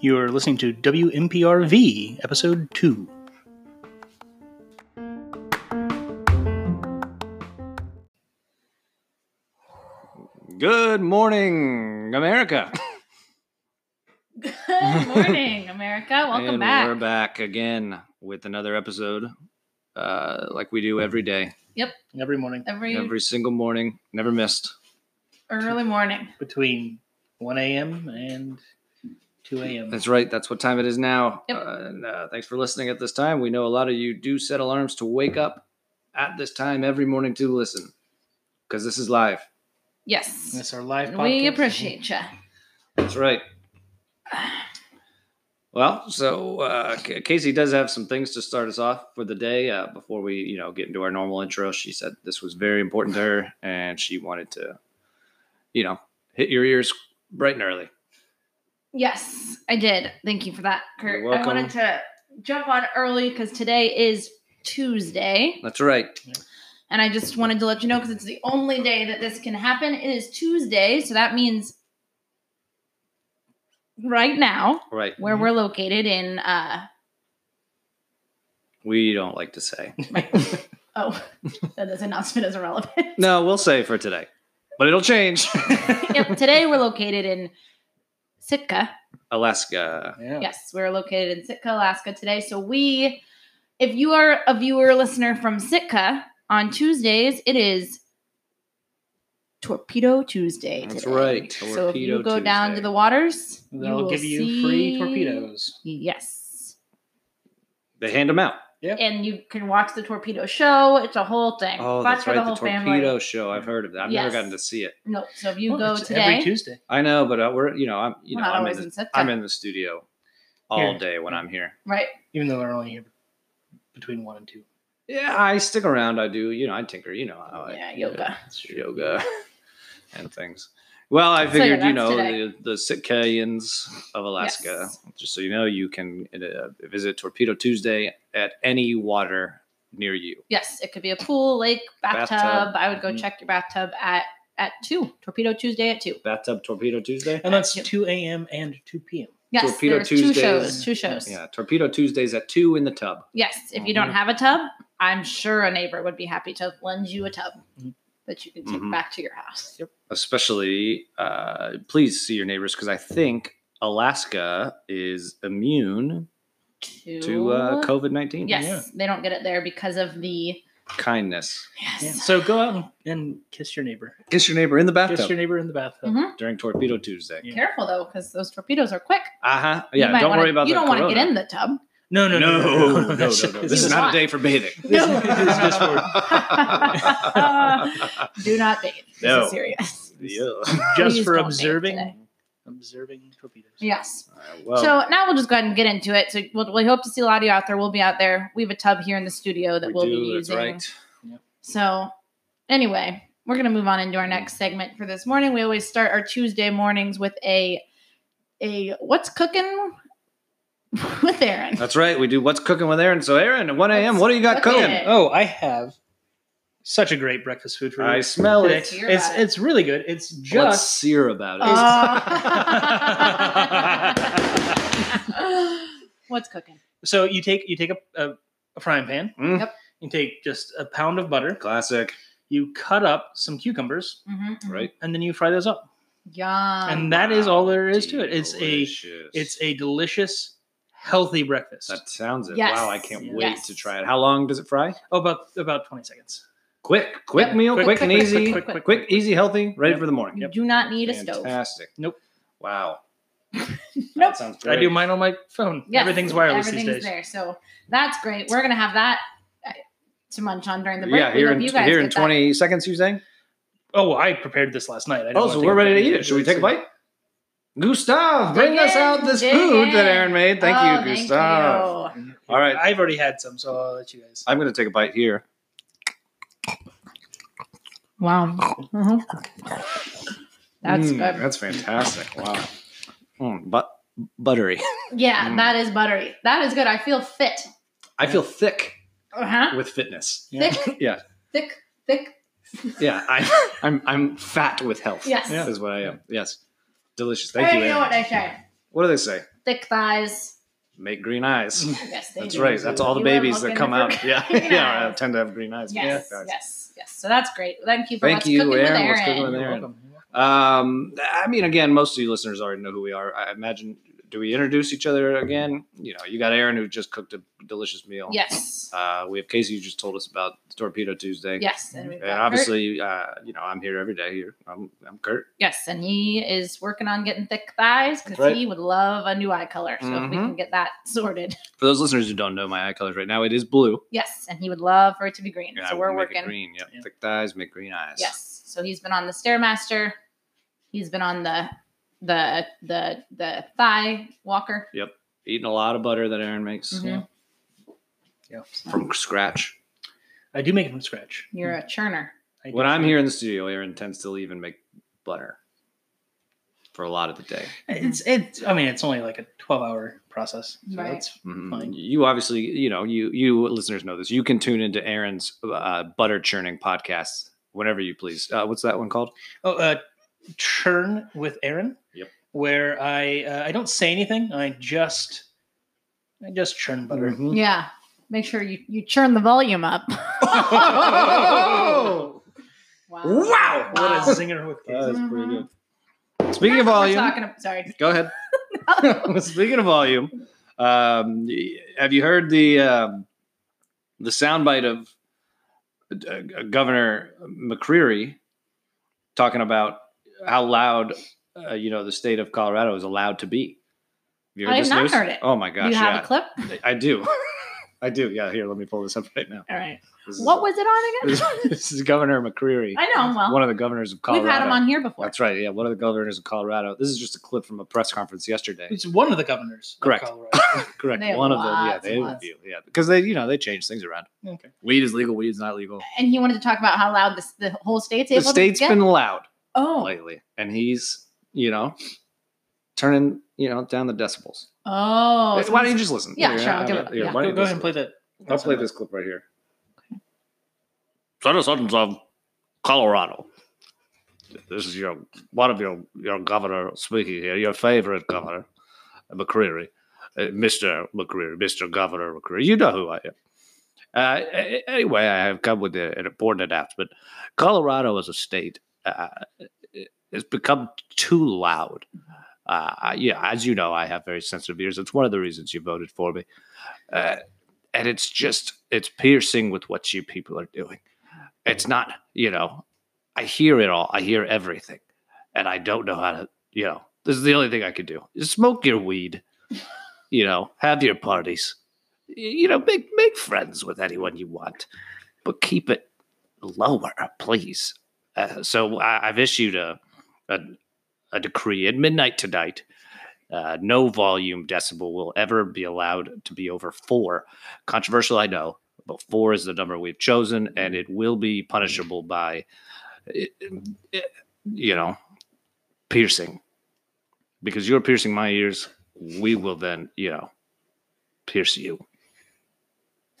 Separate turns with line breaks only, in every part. You are listening to WMPRV, episode 2.
Good morning, America.
Good morning, America. Welcome
and
back.
We're back again with another episode, uh, like we do every day,
Every morning
Every,
every single morning, never missed.
early morning.
between 1 a.m. and 2 a.m.
That's right. That's what time it is now.
Yep.
Uh, and, uh, thanks for listening at this time. We know a lot of you do set alarms to wake up at this time every morning to listen because this is live.
Yes.
That's our live podcast.
We appreciate you.
That's right. Well, so uh, K- Casey does have some things to start us off for the day uh, before we, you know, get into our normal intro. She said this was very important to her, and she wanted to, you know, hit your ears bright and early.
Yes, I did. Thank you for that, Kurt.
You're welcome.
I wanted to jump on early because today is Tuesday.
That's right.
And I just wanted to let you know because it's the only day that this can happen. It is Tuesday. So that means right now,
Right.
where we're located in, uh,
We don't like to say.
oh, that this announcement is irrelevant.
No, we'll say for today, but it'll change.
yep. Today we're located in Sitka.
Alaska.
Yeah.
Yes, we're located in Sitka, Alaska today. So we, if you are a viewer or listener from Sitka on Tuesdays, it is Torpedo Tuesday.
That's
today.
right,
so if
Torpedo
you go down
Tuesday.
to the waters, you
They'll
will
give you
see-
free torpedoes.
Yes.
They hand them out.
And you can watch the torpedo show. It's a whole thing.
Oh,
Watch
that's
for
right.
the
The,
whole
torpedo
family.
show. I've heard of that. I've never
Yes.
gotten to see it.
No, so if you
Well,
go
it's
today,
Every Tuesday.
I know, but uh, we're, you know, I'm, you
we're
know,
not
I'm in
always
the
in Sitka.
I'm in the studio all
Here.
day when I'm here.
right.
Even though they're only here between 1 and 2.
Yeah, I stick around. I do. You know, I tinker. You know, I like
yeah, yoga.
yoga and things. Well, I
So
figured,
yeah,
you
that's
know,
today.
the, the Sitkians of Alaska.
Yes.
Just so you know, you can uh, visit Torpedo Tuesday at any water near you.
Yes, it could be a pool, lake, bathtub.
Bathtub. Mm-hmm.
I would go
Mhm.
check your bathtub at at two. Torpedo Tuesday at two.
Bathtub Torpedo Tuesday.
And that's
Yeah.
2 a.m. and 2 p.m.
Yes,
Torpedo
there's
Tuesdays.
two shows. Two shows.
Yeah, Mm-hmm. Torpedo Tuesdays at two in the tub.
Yes, if you don't
Mhm.
have a tub, I'm sure a neighbor would be happy to lend you a tub
Mm-hmm.
Mhm.
that you can take
Mhm.
back to your house.
especially uh, please see your neighbors because I think Alaska is immune
To,
to uh, COVID 19.
yes,
yeah.
they don't get it there because of the
Kindness.
yes.
Yeah. So go out and, and kiss your neighbor.
Kiss your neighbor in the
Kiss
bathtub
your neighbor in the bathtub.
Mhm.
during Torpedo Tuesday.
Yeah.
Careful though, because those torpedoes are quick.
Uh huh.
You
Yeah,
might
don't
wanna-
worry about
You
the
don't
corona.
want to get in the tub.
No, no,
No,
no.
no, no, no. This is
is
not a
not.
day for bathing.
This
No.
is just for,
Do not bathe. This
No.
is serious.
Yeah.
just
Please
for
don't bathe
observing.
today.
Observing torpedoes.
Yes.
All right, well,
so now we'll just go ahead and get into it. So we'll, we hope to see a lot of you out there. We'll be out there. We have a tub here in the studio that
we
we will
do,
be
that's
using.
right.
So anyway, we're gonna move on into our next segment for this morning. We always start our Tuesday mornings with a a what's cooking with Aaron.
That's right. We do what's cooking with Aaron. So, Aaron, at 1 a.m.,
What's
what do you got
cooking?
cooking?
Oh, I have such a great breakfast food for you.
I Oh, smell
today.
it.
Hear
It's
about it.
it's really good. It's
Let's
just
sear about it.
Oh. what's cooking?
so you take you take a, a, a frying pan.
Mm.
Yep.
You take just a pound of butter.
Classic,
You cut up some cucumbers,
Mhm, mhm.
right?
and then you fry those up.
Yum.
and that is all there is to it. It's
Delicious.
a it's a delicious, healthy breakfast.
That sounds it.
Yes.
Wow, I can't
Yes.
wait to try it. How long does it fry?
oh, about about twenty seconds.
Quick, quick
Yep.
meal, quick,
Quick,
and
quick,
easy,
quick,
quick,
quick, quick, quick,
easy, healthy, ready
Yep.
for the morning.
you
Yep.
do not need a stove.
Fantastic.
Nope.
Wow.
Nope.
That sounds great.
I do mine on my phone.
Yes,
Everything's wireless
everything's
these days.
there. So that's great. We're gonna have that uh, to munch on during the break.
Yeah,
We
here
hope
in
you guys
here in
get that.
twenty seconds, you saying?
Oh, I prepared this last night. I didn't
Oh,
wanna
so
take
we're
a
ready to
bite.
eat it. Should we take a bite? Gustav, bring
Dig
us
in,
out this
dig
food that
in.
Aaron made. Thank
Oh,
you, Gustav.
you.
All right.
I've already had some, so I'll let you guys.
I'm going to take a bite here.
Wow. That's
Mm,
good.
That's fantastic. Wow. Mm, but buttery.
Yeah,
Mm.
that is buttery. That is good. I feel fit.
I feel thick
Uh huh.
with fitness.
Yeah.
Thick,
Yeah.
thick, thick,
Yeah, I, I'm I'm fat with health.
Yes.
Yeah, is what I am. Yes, delicious.
I
Thank you.
already know
Anna.
what I tried.
What do they say?
Thick thighs.
Make green eyes.
Yes, they
That's
do.
right. That's all the
You love
babies that
looking
come
for
out. Yeah,
green
yeah. I
eyes.
tend to have green eyes.
Yes,
Yeah, guys.
yes, yes. So that's great. Thank you for
Thank
what's
you,
cooking with
Aaron.
Aaron.
What's cooking with
You're
Aaron.
welcome. You're welcome.
Um, I mean, again, most of you listeners already know who we are. I imagine. Do we introduce each other again? You know, you got Aaron who just cooked a delicious meal.
Yes,
Uh, we have Casey who just told us about Torpedo Tuesday.
yes, and we've
And
got Kurt.
obviously, uh, you know, I'm here every day. Here, I'm, I'm Kurt.
yes, and he is working on getting thick thighs because
That's right.
he would love a new eye color. So if we
Mhm.
can get that sorted,
For those listeners who don't know my eye colors right now, it is blue.
yes, and he would love for it to be green.
Yeah,
so
we
we're
make it
working.
green. Yep.
Yeah.
Thick thighs make green eyes.
Yes, so he's been on the stairmaster. He's been on the the the the thigh walker.
Eating a lot of butter that Aaron makes
Mhm.
Yeah.
from scratch.
I do make it from scratch.
You're a churner.
I do
When I'm
try.
here in the studio, Aaron tends to leave and make butter for a lot of the day.
it's it's. I mean, it's only like a 12 hour process. So
Right.
It's
Mhm.
Fine.
You obviously, you know, you you listeners know this. You can tune into Aaron's uh, butter churning podcast whenever you please. Uh, what's that one called?
Oh, uh, churn with Aaron.
Yep.
Where I uh, I don't say anything. I just I just churn butter.
Mm. Mm-hmm.
Yeah, make sure you you churn the volume up.
Oh!
Wow.
Wow!
What
Wow.
a zinger with
That
Casey.
is pretty
Mhm.
good. Speaking of
We're
volume,
talking ab- sorry.
go ahead. Speaking of volume, um, y- have you heard the um, the soundbite of uh, Governor McCreary talking about how loud uh, you know the state of Colorado is allowed to be? Have you
I have not heard it.
Oh my
Do
gosh!
you have
Yeah,
a clip?
I do. I do. Yeah, here, let me pull this up right now.
All right.
This is-
What was it on
this,
again?
this is Governor McCreary,
I know. Well,
one of the governors of Colorado.
we've had him on here before.
That's right. Yeah, one of the governors of Colorado. This is just a clip from a press conference yesterday.
It's one of the governors.
Correct.
Of Colorado.
Correct.
They have
One of them. Yeah,
lots
they
and
have a
lots.
few. Yeah, because they, you know, they change things around.
okay.
Weed is legal. Weed is not legal.
And he wanted to talk about how loud this, the whole state's
The
able
state's
to get.
been loud
oh,
lately, and he's, you know, turning, you know, down the decibels.
oh.
Why don't you just listen?
Yeah, sure, I'll
I
give
mean,
it-
here,
yeah.
why don't
Go, go
you
ahead
listen?
and play that.
I'll play this clip right here. Citizens of Colorado, this is your one of your your governor speaking here. Your favorite governor, McCreary, uh, Mister McCreary, Mister Governor McCreary. You know who I am. Uh, a- a- anyway, I have come with a- an important announcement. Colorado as a state uh, has become too loud. Uh, I- yeah, as you know, I have very sensitive ears. It's one of the reasons you voted for me. Uh, and it's just it's piercing with what you people are doing it's not you know i hear it all i hear everything and i don't know how to you know this is the only thing i could do Just smoke your weed you know have your parties Y- you know make make friends with anyone you want but keep it lower please uh, so I, i've issued a, a a decree at midnight tonight uh, no volume decibel will ever be allowed to be over four controversial i know but four is the number we've chosen and it will be punishable by eh, eh, you know piercing because you're piercing my ears we will then you know pierce you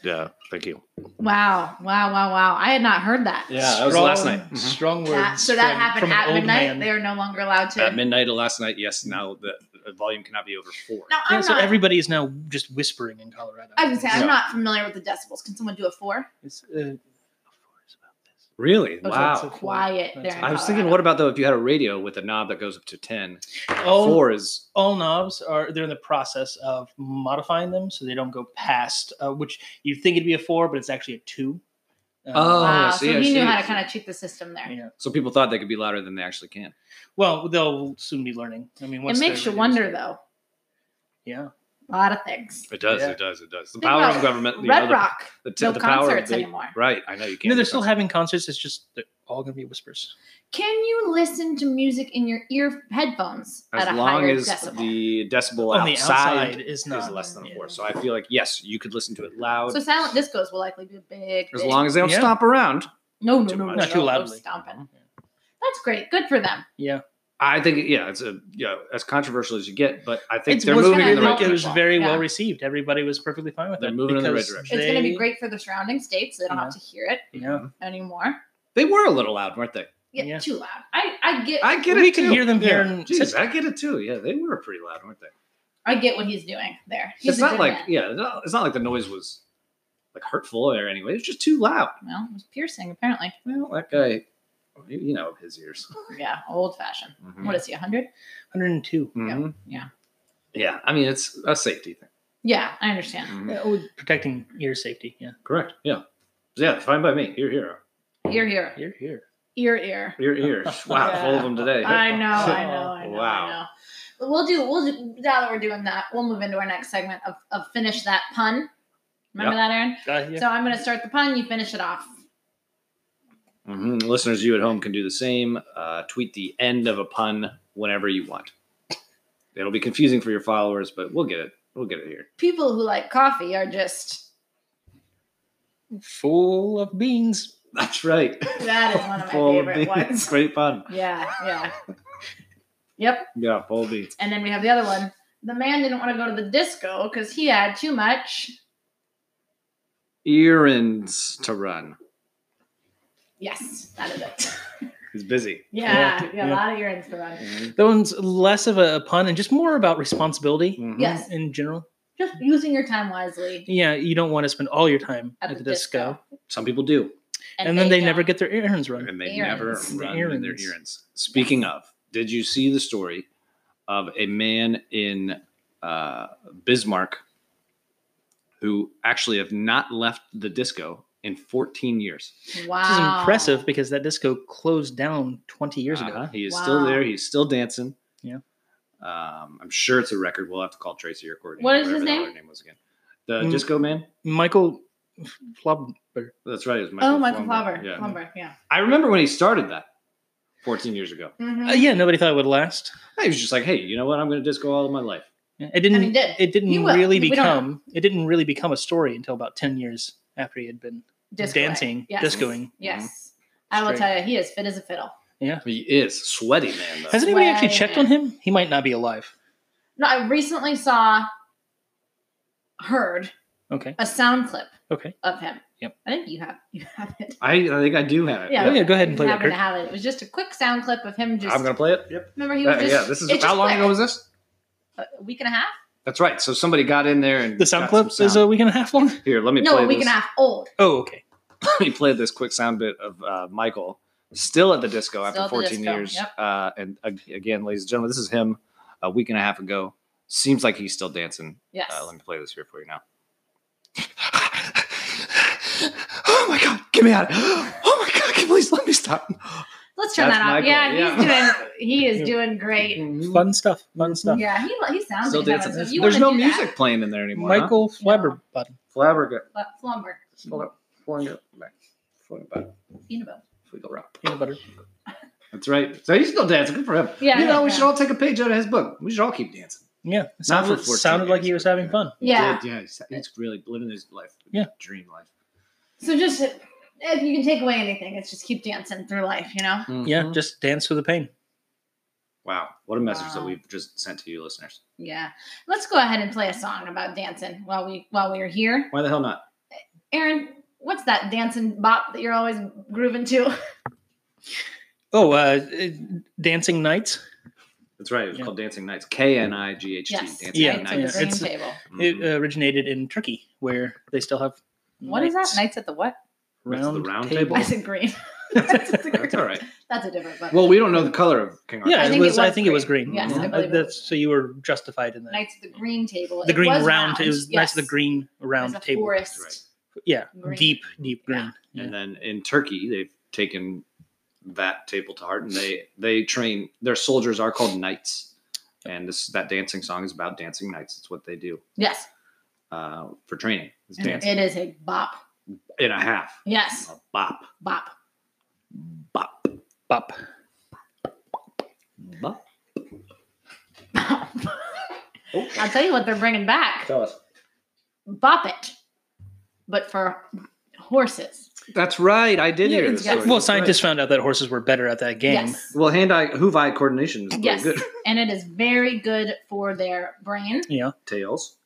yeah thank you
Wow, wow, wow, wow. I had not heard that.
Yeah, that was last night. Mhm.
Strong words.
That- so that
from-
happened
from an
at
old
midnight.
man.
They are no longer allowed to.
Mm-hmm. at midnight of last night yes now the the volume cannot be over four
no, I'm
Yeah, so
not.
everybody is now just whispering in Colorado.
I was gonna say, I'm
Yeah.
not familiar with the decibels. Can someone do a four?
It's, uh,
really
Oh,
wow
that's a-
Quiet
That's-
there. in
i was thinking
Colorado.
what about though if you had a radio with a knob that goes up to 10
all,
four is
all knobs are they're in the process of modifying them so they don't go past uh, which you think it'd be a four, but it's actually a two. Uh,
Oh, I
Wow.
see,
so
I
he
see.
knew how to kind of cheat the system there.
yeah.
so people thought they could be louder than they actually can
Well, they'll soon be learning. I mean,
It
once
makes you
they're
wonder,
reduced-
though.
Yeah,
A lot of things.
It does.
Yeah.
It does. It does. The
Think
power
about
of
it.
government. you know,
Red
the-
Rock,
The, t-
no
the power
concerts
of the,
anymore.
Right. I know you can't.
you know, they're
do
still
concerts.
having concerts. It's just they're all going to be whispers.
Can you listen to music in your ear headphones
as
at a
long
higher
as
decibel?
the decibel
On the
outside,
outside is
is
not
less than
yeah.
four. So I feel like yes, you could listen to it loud
so silent discos will likely be a big.
as
thing.
long as they don't
Yeah.
stomp around.
no, no,
too
no, no,
much.
Not too
no,
loudly.
stomping. That's great. Good for them.
Yeah,
I think yeah, it's a yeah as controversial as you get, but I think
It's-
they're
was
moving
gonna
in the right
help
it
direction.
was very
Yeah.
well received. Everybody was perfectly fine with
They're
it.
moving in the right
because
direction.
It's going to be
they-
great for the surrounding states. They don't have to hear it
Yeah,
anymore.
They were a little loud, weren't they?
Yeah,
Yeah.
too loud. I, I get
I get
We
it.
could
too.
hear them
yeah.
here in-
Jeez, I get it too. Yeah, they were pretty loud, weren't they?
I get what he's doing there. He's
it's
a
not
good
like
man.
yeah, it's not- it's not like the noise was like hurtful or anyway. It was just too loud.
well, it was piercing apparently.
Well, that guy, you you know his ears.
Yeah, old fashioned.
Mhm.
What is he? hundred?
102.
Mhm.
yeah.
Yeah, I mean it's a safety thing.
Yeah, I understand.
Mhm.
Yeah, oh, protecting ear safety. Yeah.
Correct. Yeah. Yeah, fine by me. Here, here. Mm.
Ear, ear,
Ear, here.
ear, ear.
Your ears. Wow,
Yeah.
full of them today.
I know, I know, I know.
Wow.
I know. But We'll do. We'll do. Now that we're doing that, we'll move into our next segment of, of finish that pun. Remember that, Aaron?
Uh, yeah.
So I'm going to start the pun. You finish it off.
Mhm. Listeners, you at home can do the same. Uh, tweet the end of a pun whenever you want. It'll be confusing for your followers, but we'll get it. We'll get it here.
People who like coffee are just.
Full of beans.
That's right.
That is one of my
Full
favorite
beans.
ones.
Great pun.
Yeah, yeah. yep.
Yeah, full beats.
And then we have the other one. The man didn't want to go to the disco because he had too much.
Errands to run.
Yes, that is it.
He's busy.
Yeah, yeah, a
yeah.
lot of urines to run.
Mhm.
That one's less of a pun and just more about responsibility
Mhm.
Yes,
in general.
just using your time wisely.
Yeah, you don't want to spend all your time at, the disco,
Some people do,
and, then they, never
don't.
get their errands run.
and they
Errands.
never run
Errands.
their errands. Speaking of, did you see the story of a man in uh, Bismarck who actually have not left the disco in 14 years?
Wow,
Which is impressive because that disco closed down 20 years
Uh-huh.
ago.
He is still
Wow.
there. He's still dancing.
Yeah.
Um, I'm sure it's a record. We'll have to call Tracy or Courtney.
What is
whatever
his
the hell
name?
her name was again. The
Mm.
Disco Man.
Michael Flobber.
That's right. It was
oh, Michael
Flumber.
Flubber.
Yeah.
Flubber, yeah.
I remember when he started that 14 years ago.
Mhm.
Uh, yeah, nobody thought it would last.
I was just like, hey, you know what? I'm going to disco all of my life.
It didn't.
And he did.
It didn't
He will.
really
We don't know.
become. It didn't really become a story until about 10 years after he had been
Discoing.
dancing,
Yes.
discoing.
Mm-hmm.
Yes, I will
Straight.
tell you, he is fit as a fiddle.
He is sweaty, man. Though.
Has anybody actually
Sway.
checked on him? He might not be alive.
No, I recently saw, heard
Okay.
a sound clip
Okay.
of him.
Yep.
I think you have you have it.
I, I think I do have it.
Oh, yeah, go ahead and
You
play that,
happen to
Kurt.
have it. It was just a quick sound clip of him just.
I'm going to play it. Yep.
remember he was
Uh,
just.
yeah, this is
it's
how
just
long
quick.
ago was this?
A week and a half.
That's right. So somebody got in there and
The sound
got
clip
some
is a week and a half long.
Here, let me
No,
play
a week
this.
and a half old.
Oh, okay.
he played this quick sound bit of uh, Michael still at the disco
Still
after
at the
14
disco,
years.
yep.
Uh, and ag- again, ladies and gentlemen, this is him a week and a half ago. Seems like he's still dancing.
Yes.
Uh, let me play this here for you now. oh my god, get me out! Oh my god, can please let me stop.
Let's turn
That's
that off.
Michael,
Yeah,
yeah.
he's doing. He is doing great.
Mm-hmm.
Fun stuff.
Mm-hmm.
Fun stuff.
Yeah, he, he sounds
Still
like that.
dancing.
So if
There's,
you
there's no
wanna do
music playing in there anymore.
Michael
No.
Flabber button.
Huh? Flabberga.
That, Fl- Flumber,
Flabber- Flabber- Flabber-
Uniboo.
Flabber- Flabber-
Peanut butter.
That's right. So he's still dancing. Good for him.
Yeah,
You know, we
yeah.
should all take a page out of his book. We should all keep dancing.
Yeah. it Sounded,
14
sounded like he
years,
was having
but-
fun.
Yeah.
Did, yeah. He's, he's really living his life.
Yeah.
Dream life.
So just if you can take away anything, it's just keep dancing through life. You know.
Yeah. Just dance with the pain.
Wow. What a message that
Wow.
we've just sent to you listeners.
Yeah. Let's go ahead and play a song about dancing while we while we are here.
Why the hell not?
Aaron, what's that dancing bop that you're always grooving to?
Oh, uh, uh, dancing nights.
That's right. It was
Yeah.
called Dancing Nights. K N I G H T.
Yes.
Dancing
Yeah,
Nights.
Nights at
yeah,
the Green
it's-
Table.
It
Mm-hmm.
uh, originated in Turkey, where they still have.
What is that? Nights at the what?
Nights at the
Round,
round
table.
I
table?
said green.
That's
That's a different-
all right.
That's a different one.
Well, we don't know the color of King Arthur.
Yeah,
I
it
think it
was. I
was
think it was green.
Yes,
I
Mhm.
believe it
That's so you were justified in that.
Nights at the Green Table.
the
It
green
was
round. It was nice. The
yes.
green round
It was a
table.
Forest.
That's
Yeah,
Green.
deep, deep green.
And then in Turkey, they've taken that table to heart, and they they train their soldiers are called knights, and this that dancing song is about dancing knights. It's what they do
Yes.
uh, for training. It's
And
dancing
it is a bop.
and a half,
Yes.
a bop,
Bop.
bop,
Bop.
bop.
Bop.
Oh,
I'll tell you what they're bringing back.
tell us.
Bop it. But for horses.
That's right. I did
Yeah,
hear
it's
this.
got-
story.
Well,
That's right.
scientists found out that horses were better at that game.
Yes.
Well, hand-eye, hoof-eye coordination is pretty
Yes.
good.
And it is very good for their brain,
Yeah.
Tails,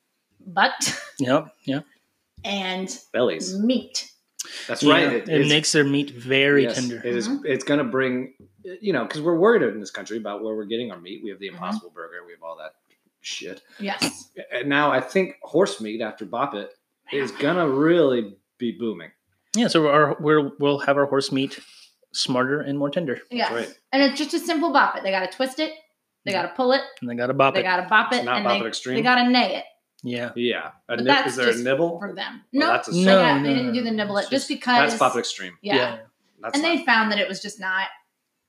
butt,
Yep. Yep.
and
bellies.
meat.
That's
Yeah,
right.
It,
it's-
makes their meat very
yes,
tender.
It
Mm-hmm.
is. It's going to bring, you know, because we're worried in this country about where we're getting our meat. We have the
Mhm.
Impossible Burger. We have all that shit.
Yes.
And now I think horse meat after Bop It is going to really be booming.
Yeah, so our, we're, we'll have our horse meat smarter and more tender.
Yes.
right.
And it's just a simple bop it. They got to twist it. They got to pull it.
And they got to bop
they
it.
got to bop it.
It's not
and
Bop
they,
It Extreme.
They got to nay it
yeah.
yeah. A
But
nib-
that's
is there a
just
nibble?
for them.
Well,
no,
that's a
they,
No,
got-
no,
they
no,
didn't do the
no,
nibble
it's
it
just-
just because.
That's Bop It Extreme.
Yeah.
That's
And
not
they found that it was just not.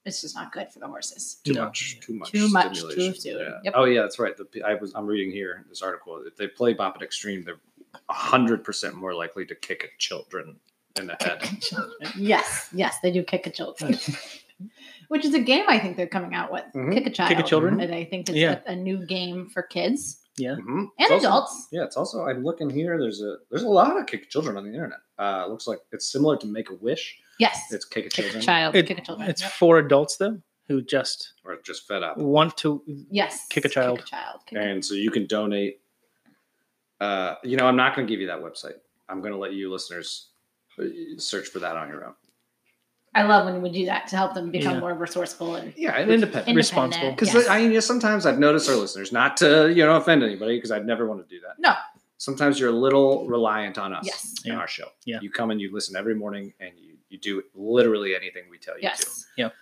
It's just not good for the horses.
too
No.
much. Too much.
Too much, too
stimulation.
soon.
Yeah.
Yep.
Oh yeah, that's right. The, p- I was I'm reading here this article. If they play Bop It Extreme, they're hundred percent more likely to kick at children in the head.
Yes, yes, they do kick a children, which is a game I think they're coming out with.
Mhm.
Kick a child.
Kick a children?
And I think it's
Yeah.
a, a new game for kids
Mhm.
and
It's also-
adults.
Yeah, it's also I'm looking here. There's a there's a lot of kick children on the internet. Uh, it looks like it's similar to Make a Wish.
Yes,
It's kick a
kick a
children
child,
It-
kick a children.
It's
Yep.
for adults, though, who just
or just fed up.
want to.
yes,
kick a child.
kick a child. kick a-
And so you can donate. Uh, you know, I'm not going to give you that website. I'm going to let you listeners uh, search for that on your own.
I love when we do that to help them become
Yeah.
more resourceful and
Yeah, and independent.
Responsible.
independent.
Because
Yes.
I you know, sometimes I've noticed our listeners, not to you know offend anybody, because I'd never want to do that.
No.
Sometimes you're a little reliant on us
Yes.
in
Yeah.
our show.
Yeah.
You come and you listen every morning and you, you do literally anything we tell you
yes,
Yep.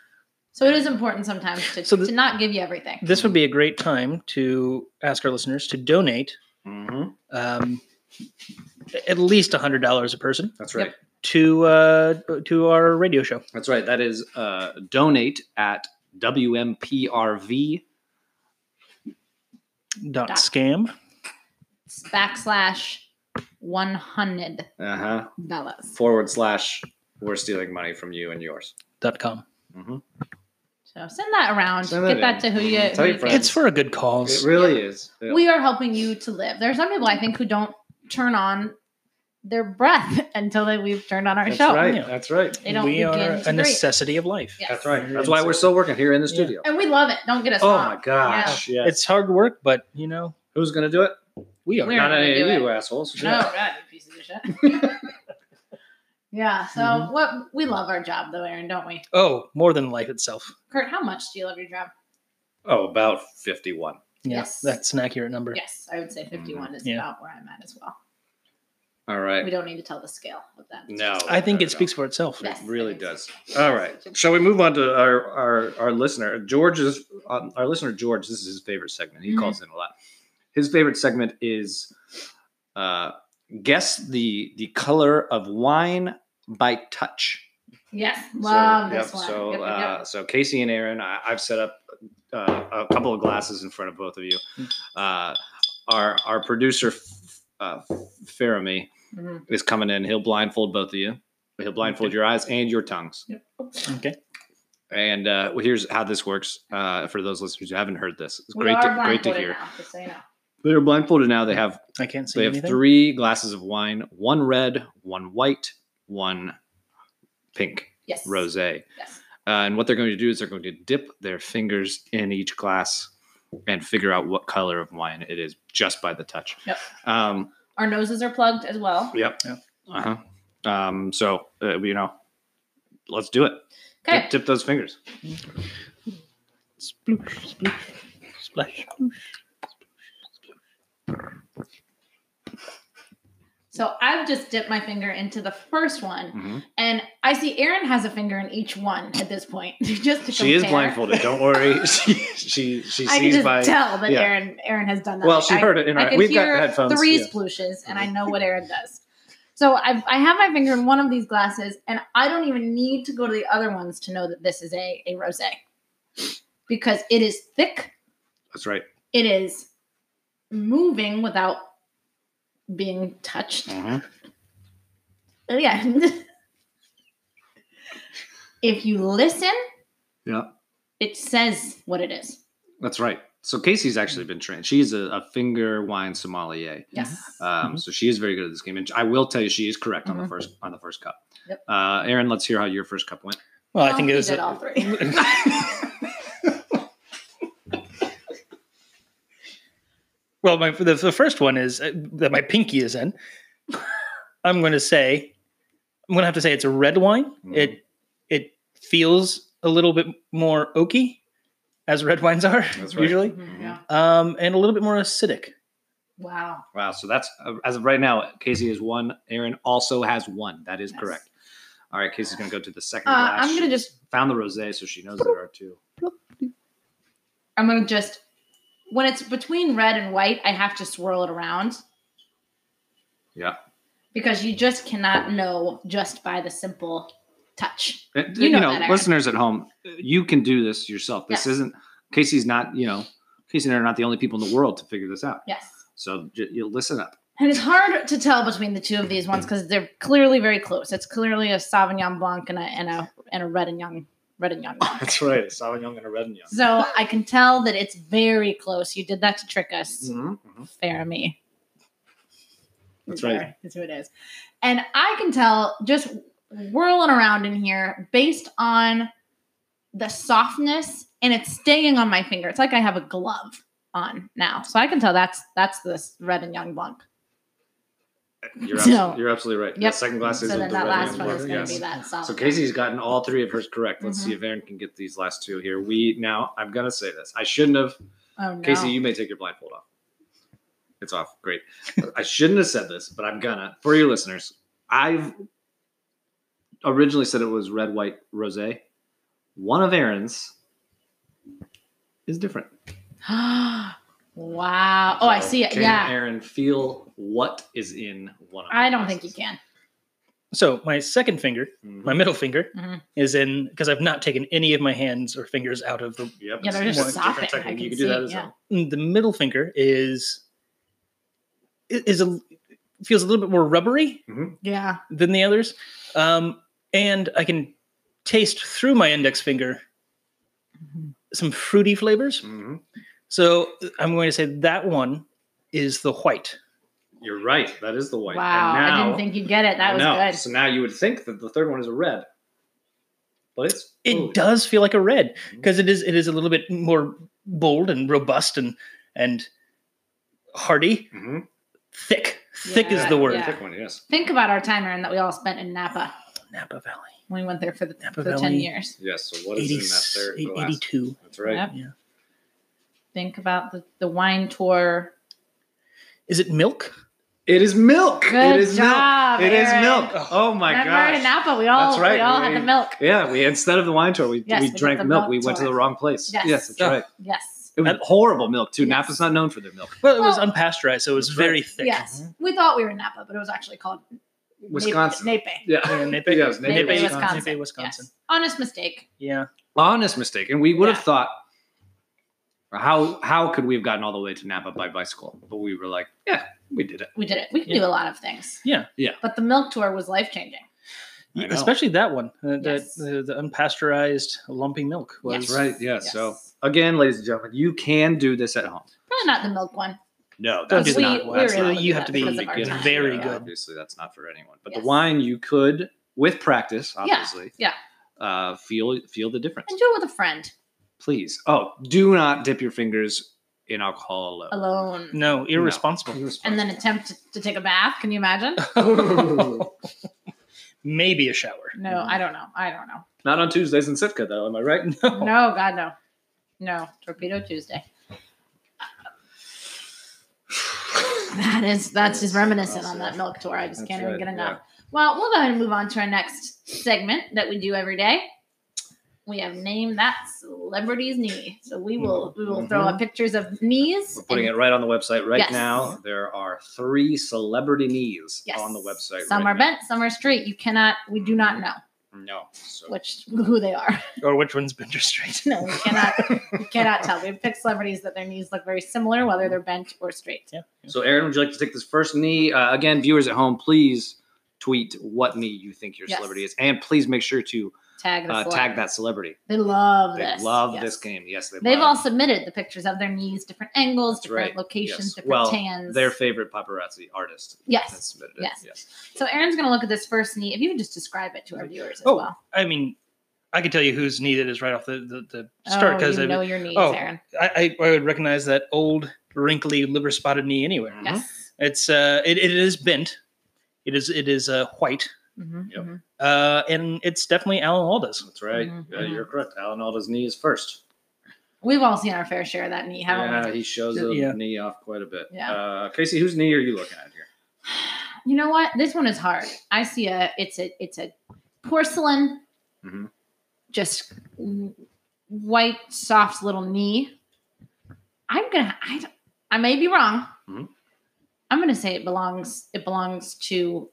So it is important sometimes to,
So the-
to not give you everything.
This would be a great time to ask our listeners to donate
to. Mhm.
um, at least hundred dollars a person
That's
Yep.
right.
to uh, to our radio show.
That's right. That is uh, donate at WMPRV.
Dot
Dot.
scam.
It's backslash one hundred
Uh huh.
dollars.
Forward slash we're stealing money from you and yours.
Dot com.
Mhm.
So send that around.
Send
Get
it
that
in.
to who you.
Tell
who
your
you
friends.
think.
It's for a good
It
cause.
really is. Yeah.
we are helping you to live. There are some people I think who don't turn on their breath until they, we've turned on our
That's
show.
right.
Yeah.
That's right.
They don't
we
begin
are
to
a
breathe.
necessity of life.
Yes.
That's right. That's why we're still working here in the
Yeah.
studio.
And we love it. Don't get us
Oh
wrong.
my gosh. Yes.
It's hard work, but you know
Who's going to do it?
we are.
We're-
Not
gonna
any of
do
you assholes.
No, God, you piece of shit. yeah. So
Mm-hmm.
Mhm.
what we love our job though, Aaron, don't we?
Oh, more than life itself.
Kurt, how much do you love your job?
Oh, about 51.
Yeah,
Yes.
that's an accurate number.
Yes, I would say 51 is
Mm-hmm.
Yeah.
about where I'm at as well.
All
We
right.
don't need to tell the scale of that. It's
No.
I think
no,
it
no.
speaks for itself.
Yes.
Really does. All right. Shall we move on to our our, our listener? George is um, our listener. George, this is his favorite segment. He
Mhm.
calls in a lot. His favorite segment is uh, guess the the color of wine by touch.
Yes, love
so,
this
yep,
one.
So,
Yep, yep,
uh,
yep.
so Casey and Aaron, I, I've set up uh, a couple of glasses in front of both of you.
Mm.
Uh, our our producer F- uh, Faramee
Mhm.
is coming in. He'll blindfold both of you. He'll blindfold your eyes and your tongues.
Okay.
And uh, well, here's how this works uh, for those listeners who haven't heard this. It's
We
great,
are
to, great to
blindfolded
hear.
now, just so you know.
They're blindfolded now. They have
I can't see
they have
anything.
three glasses of wine: one red, one white, one pink
Yes.
rosé.
Yes.
Uh, and what they're going to do is they're going to dip their fingers in each glass and figure out what color of wine it is just by the touch.
Yep.
Um,
Our noses are plugged as well.
yep.
Yep.
Uh huh. Um, so uh, you know, let's do it.
Okay.
Dip, dip those fingers.
Sploosh, sploosh, splash.
So I've just dipped my finger into the first one,
Mhm.
and I see Erin has a finger in each one at this point. just to
She is
compare.
blindfolded. Don't worry. she she, she
I can
sees
just
by.
tell that
yeah.
Erin Erin has done that.
Well,
Like,
she
I,
heard it in
I
our.
can
We've got
hear
headphones.
three
yeah.
splooshes, and I know what Erin does. So I've, I have my finger in one of these glasses, and I don't even need to go to the other ones to know that this is a a rosé because it is thick.
That's right.
It is moving without being touched.
Mhm.
Oh, yeah. if you listen,
Yeah.
it says what it is.
That's right. So Casey's actually been trained. She's a, a finger wine sommelier.
Yes.
Um,
Mhm.
So she is very good at this game, and I will tell you she is correct on
Mhm.
the first on the first cup.
Yep.
Uh, Aaron, let's hear how your first cup went.
Well, I think
he
it was.
did all
A,
three.
well, my the, the first one is uh, that my pinky is in. I'm going to say I'm gonna have to say it's a red wine.
Mm-hmm.
It it feels a little bit more oaky, as red wines are
That's right.
usually,
Mhm,
Mhm.
Yeah.
um, and a little bit more acidic.
Wow.
Wow. So that's uh, as of right now, Casey is one. Aaron also has one. That is
Yes.
correct. All right, Casey's gonna go to the second
Uh,
glass.
I'm gonna
She
just
found the rosé, so she knows there are two.
I'm gonna just when it's between red and white, I have to swirl it around
Yeah.
because you just cannot know just by the simple touch.
And,
You
Eh, you
know
know,
that, Aaron.
listeners at home, you can do this yourself. This
Yes.
isn't Casey's not. You know, Casey and Aaron are not the only people in the world to figure this out.
Yes.
So j- you listen up.
And it's hard to tell between the two of these ones because they're clearly very close. It's clearly a Sauvignon Blanc and a and a and a red and young red and young.
That's right. Sauvignon and a Red
so I can tell that it's very close. You did that to trick us,
Mm. Mm-hmm.
fair me.
That's right.
Fair. That's who it is. And I can tell just whirling around in here based on the softness and it's staying on my finger. It's like I have a glove on now. So I can tell that's that's this red and young blanc.
You're,
So-
abso- you're absolutely right.
Yep.
The second glass is
so
with
then
the
that
Red
last
Young
one is
Blood,
going
yes.
to be that soft.
So Casey's gotten all three of hers correct. Let's
Mhm.
see if Aaron can get these last two here. We now I'm gonna say this. I shouldn't have
oh, no.
Casey, you may take your blindfold off. It's off. Great. I shouldn't have said this, but I'm gonna for your listeners. I've originally said it was red, white, rose. One of Aaron's is different.
wow. Oh, I
So
see it.
Can
Yeah.
Aaron, feel what is in one of
I don't think you can.
So my second finger,
can.
my middle finger,
Mhm.
is in because I've not taken any of my hands or fingers out of the.
Yep.
Yeah, they're
it's
just
a different
sopping. I
technique. You
can
can do that
see,
as
yeah.
well.
The middle finger is is a feels a little bit more rubbery
Yeah.
than the others, um, and I can taste through my index finger some fruity flavors.
Mhm.
So uh, I'm going to say that one is the white.
You're right. That is the white. And
Wow. I
now-
didn't think you'd get it. That
I
was
know.
good.
So now you would think that the third one is a red, but it's
It
blue.
does feel like a red
Mhm.
because it is it is a little bit more bold and robust and and hearty,
Mhm.
thick. Thick is
Yeah,
the word.
yeah.
Thick one, yes.
Think about our time, Aaron, that we all spent in Napa.
Napa Valley,
when we went there for the,
Napa
for the 10
Valley.
years.
Yes. So what is
80,
in that third glass?
82.
That's right.
Yep.
Yeah.
Think about the, the wine tour.
Is it milk?
It is milk.
Good
it is
job.
milk. It is
Aaron.
milk. Oh my
Remember in
gosh.
Napa, we all,
That's right.
we all had
We-
the milk.
Yeah, we instead of the wine tour, we,
Yes, we
we
did
drank
the
milk.
milk
We went to
tour.
the wrong place.
Yes.
yes that's
Oh.
right.
Yes.
It was
And-
horrible milk too.
Yes.
Napa's not known for their milk.
Well, it was
Well-
unpasteurized, so it was
That's right.
very thick. Mm-hmm.
Yes. We thought we were in Napa, but it was actually called Nape-
Wisconsin.
Nape.
Yeah.
Yeah, Nape,
Yeah, it was Nape,
Nape,
Nape,
Wisconsin.
Wisconsin.
Nape, Wisconsin.
Yes. Honest mistake.
Yeah.
honest mistake. And we would
Yeah.
have thought, how how could we have gotten all the way to Napa by bicycle? But we were like, yeah, we did it.
We did it. We can
Yeah.
do a lot of things.
Yeah.
Yeah.
But the milk tour was life changing.
I know.
Especially that one. Uh,
Yes.
that, the, the unpasteurized lumpy milk was
Yes.
Right. Yeah.
Yes.
So again, ladies and gentlemen, you can do this at home.
Probably not the milk one.
No,
Don't
that's
do
not.
that. We-
that's
we were
not
able to You do have that to be
because of our time.
very
Yeah,
good.
Obviously, that's not for anyone. But
Yes.
the wine, you could with practice, obviously.
yeah.
Uh, feel feel the difference.
And do it with a friend
Please. Oh, do not dip your fingers in alcohol alone.
alone.
no irresponsible.
And then attempt to, to take a bath. Can you imagine?
Maybe a shower.
No, I don't know. I don't know.
not on Tuesdays in Sitka, though. Am I right?
No, God, no. No, Torpedo Tuesday. That is that's just reminiscent on that milk tour. I just
That's
can't even
right,
get enough. Well, we'll go ahead and move on to our next segment that we do every day. We have named that celebrity's knee. So we will we will throw up pictures of knees.
Hmm. Mm-hmm. We're putting
and-
it right on the website right
Yes.
now. There are three celebrity knees
yes,
on the website.
Some
right
are bent, some are straight. You cannot we do not know
now. No. So
which who they are.
Or which one's Bender Street?
No, we cannot we cannot tell. We've picked celebrities that their knees look very similar, whether they're bent or straight.
So, Aaron, would you like to take this first knee? Uh, again, viewers at home, please tweet what knee you think your
Yes.
celebrity is, and please make sure to
Tag the
uh,
celebrity.
tag that celebrity.
They love
They
this.
love
yes.
this game. Yes, they
They've all
love
submitted the pictures of their knees, different angles,
That's
different
right.
locations,
Yes.
different
Well,
tans.
their favorite paparazzi artist.
Yes.
has submitted it.
Yes.
yes.
so Aaron's going to look at this first knee. If you would just describe it to our viewers as
Oh,
well.
I mean, I could tell you whose knee that is right off the, the, the start because
oh, you
I,
know your knees,
oh,
Aaron.
Uh-huh.
I, I would recognize that old, wrinkly, liver spotted knee anywhere.
Mhm.
Yes.
It's uh, it, it is bent. It is it is uh, white
Mhm,
Yep.
mhm.
Uh, and it's definitely Alan Alda's.
That's right.
Mhm,
Yeah,
mhm.
you're correct. Alan Alda's knee is first.
We've all seen our fair share of that knee, haven't we?
Yeah, he shows the
Yeah.
knee off quite a bit.
Yeah.
Uh, Casey, whose knee are you looking at here?
You know what? This one is hard. I see a it's a it's a porcelain,
Mhm.
just white, soft little knee. I'm gonna. I don't- I may be wrong.
Mhm.
I'm gonna say it belongs. It belongs to.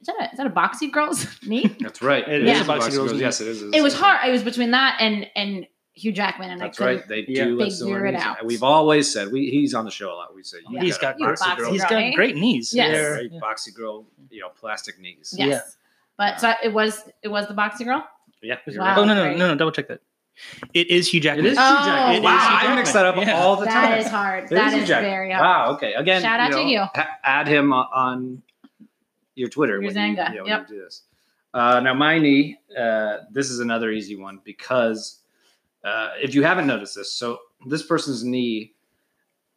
Is that a, is that a boxy girl's knee?
That's right.
It
is
a
boxing
a
boxing
girl's
girls.
knee.
Yes, it is.
it was hard. It was between that and and Hugh Jackman, and
That's
I couldn't.
right. They
Yeah.
do listen to
Figure
our
it
knees.
out.
We've always said we he's on the show a lot. We say
Yeah.
He's got
You're a
boxy
boxy
girl.
He's
girl.
got
right?
great knees.
Yes.
They're-
Great boxy girl, you know, plastic knees.
Yes. But so it was it was the boxy girl.
Yeah, you're
Wow.
right.
Oh no no
great.
no no! Double check that. It is Hugh
It
Jackman.
is Hugh
Oh,
Jackman.
wow.
Wow, I mix that up
Yeah.
all the time.
That is hard.
It
that
Hugh
is
Jackman.
very hard.
Wow. Okay. Again,
Shout out to
know,
you.
a- add him o- on your Twitter.
Your
when
Zanga.
You, yeah, when
Yep.
you do this. Uh, now, my knee. Uh, this is another easy one because uh, if you haven't noticed this, so this person's knee,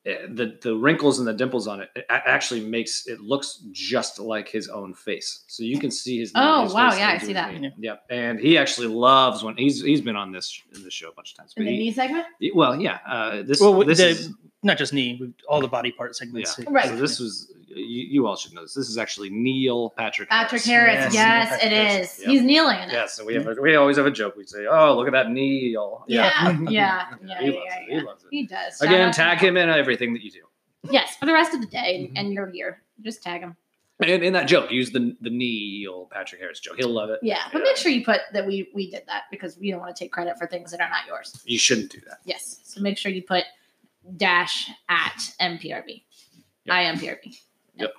eh, the the wrinkles and the dimples on it, it a- actually makes it looks just like his own face. So you can see his. knee,
Oh,
his
wow,
face
yeah, I
into
see
his
that.
knee. Yep. And he actually loves when he's he's been on this in this show a bunch of times.
In
But
the
he,
knee segment.
he- well, yeah. Uh, this
Well,
this
the-
is
Not just knee, but all the body part segments.
Yeah. Right.
so this was you, you all should know this. This is actually Neil Patrick.
Patrick
Harris.
Yes.
Harris. Yes,
Patrick
it
Harris.
is.
Yep.
He's kneeling in it.
Yes, and we have a, we always have a joke. We say, "Oh, look at that Neil."
Yeah. Yeah. Yeah.
he loves
Yeah. yeah,
it.
yeah.
He loves it.
He does. Shout
Again,
out to
tag him in everything that you do.
Yes, for the rest of the day
Mhm.
and your year. Just tag him.
And in that joke, use the the Neil Patrick Harris joke. He'll love it.
Yeah. But
Yeah.
make sure you put that we we did that because we don't want to take credit for things that are not yours.
You shouldn't do that.
Yes. So make sure you put dash at MPRB.
Yep.
I MPRB.
Yep.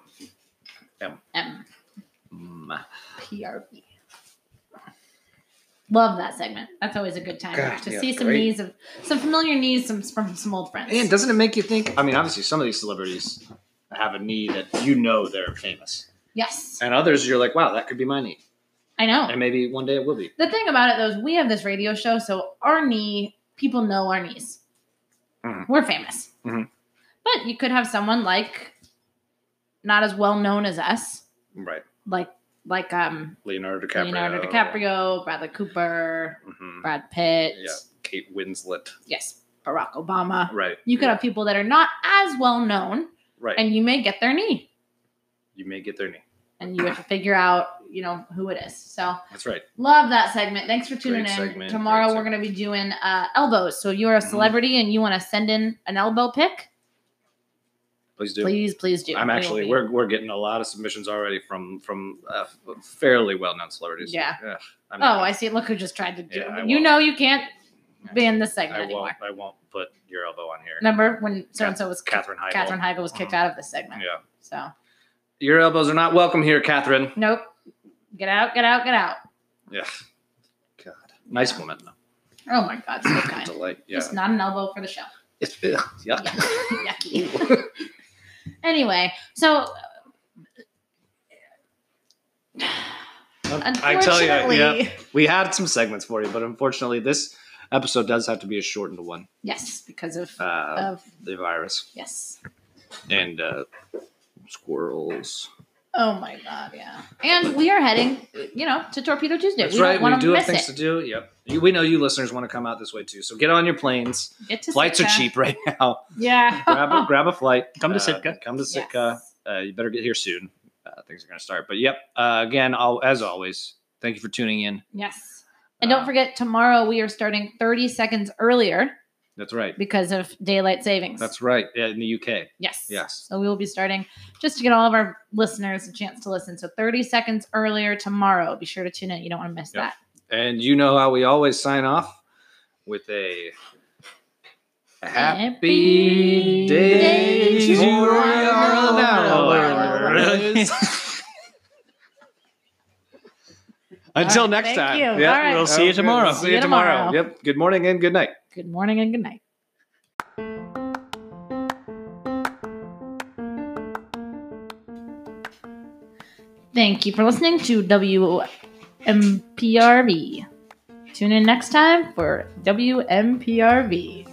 Yep.
M.
Mm.
PRB. Love that segment. That's always a good time
God,
to
yeah,
see some
great.
knees of some familiar knees some from some old friends.
And doesn't it make you think? I mean, obviously, some of these celebrities have a knee that you know they're famous,
yes,
and others you're like, "Wow, that could be my knee,"
I know.
and maybe one day it will be.
The thing about it though is we have this radio show, so our knee people know our knees.
Mhm.
We're famous,
Mhm.
but you could have someone like not as well known as us,
Right,
like like um
Leonardo DiCaprio.
Leonardo DiCaprio, Bradley Cooper,
Mhm.
Brad Pitt,
Yeah, Kate Winslet.
yes, Barack Obama.
Right.
You could have people that are not as well known,
Right.
and you may get their knee.
you may get their knee.
and you have to figure out, you know, who it is. So
That's right.
love that segment. Thanks for tuning
Great
in.
segment,
Tomorrow
great
we're going to be doing uh, elbows. So if you're a
Mhm.
celebrity and you want to send in an elbow pick,
Please do.
please, please do.
I'm
We will
actually
be-
we're we're getting a lot of submissions already from from uh, f- fairly well known celebrities.
Yeah.
I'm
Oh,
not-
I see. Look who just tried to do.
Yeah, I
you
won't.
know, you can't be in this
I
segment
won't.
anymore.
I won't put your elbow on here.
Remember when so and so was
Catherine Heigl. Uh-huh.
Catherine Heigl was kicked out of this segment.
Yeah.
So
Your elbows are not welcome here, Catherine.
nope, get out, get out, get out.
Yeah. God. Nice woman though.
Oh my God, so kind.
Delight. Yeah.
Just not an elbow for the show.
It's ugh, yuck.
Yeah. Yucky. anyway, so
I tell
unfortunately,
you, yeah, we had some segments for you, but unfortunately, this episode does have to be a shortened one.
yes, because of
Uh,
of
the virus
yes.
and uh, squirrels.
Oh my god, yeah. And we are heading, you know, to Torpedo Tuesday.
That's
we
right.
don't want
We do
to
have
miss
things to
it.
do. Yep. You, we know you listeners want to come out this way too. So get on your planes.
Get to
Flights are
Sitka.
cheap right now.
Yeah.
grab a, grab a flight.
Come to
Uh,
Sitka.
Come to
Yes.
Sitka. Uh, you better get here soon. Uh, things are going to start. But yep. Uh, again, I'll, as always, thank you for tuning in.
Yes. And don't
Uh,
forget tomorrow we are starting 30 seconds earlier
That's right.
because of daylight savings.
That's right. Yeah, in the UK.
yes.
Yes.
So we will be starting just to get all of our listeners a chance to listen. So 30 seconds earlier tomorrow. Be sure to tune in. You don't want to miss
Yep.
that.
And you know how we always sign off with a happy,
Happy
day,
day
to
to
your
our
world. Until
All right,
next
thank
time.
you.
Yep.
All right.
We'll see you
Okay,
tomorrow.
See you tomorrow. Yep. Good morning and good night.
Good morning and good night. Thank you for listening to WMPRV. Tune in next time for WMPRV.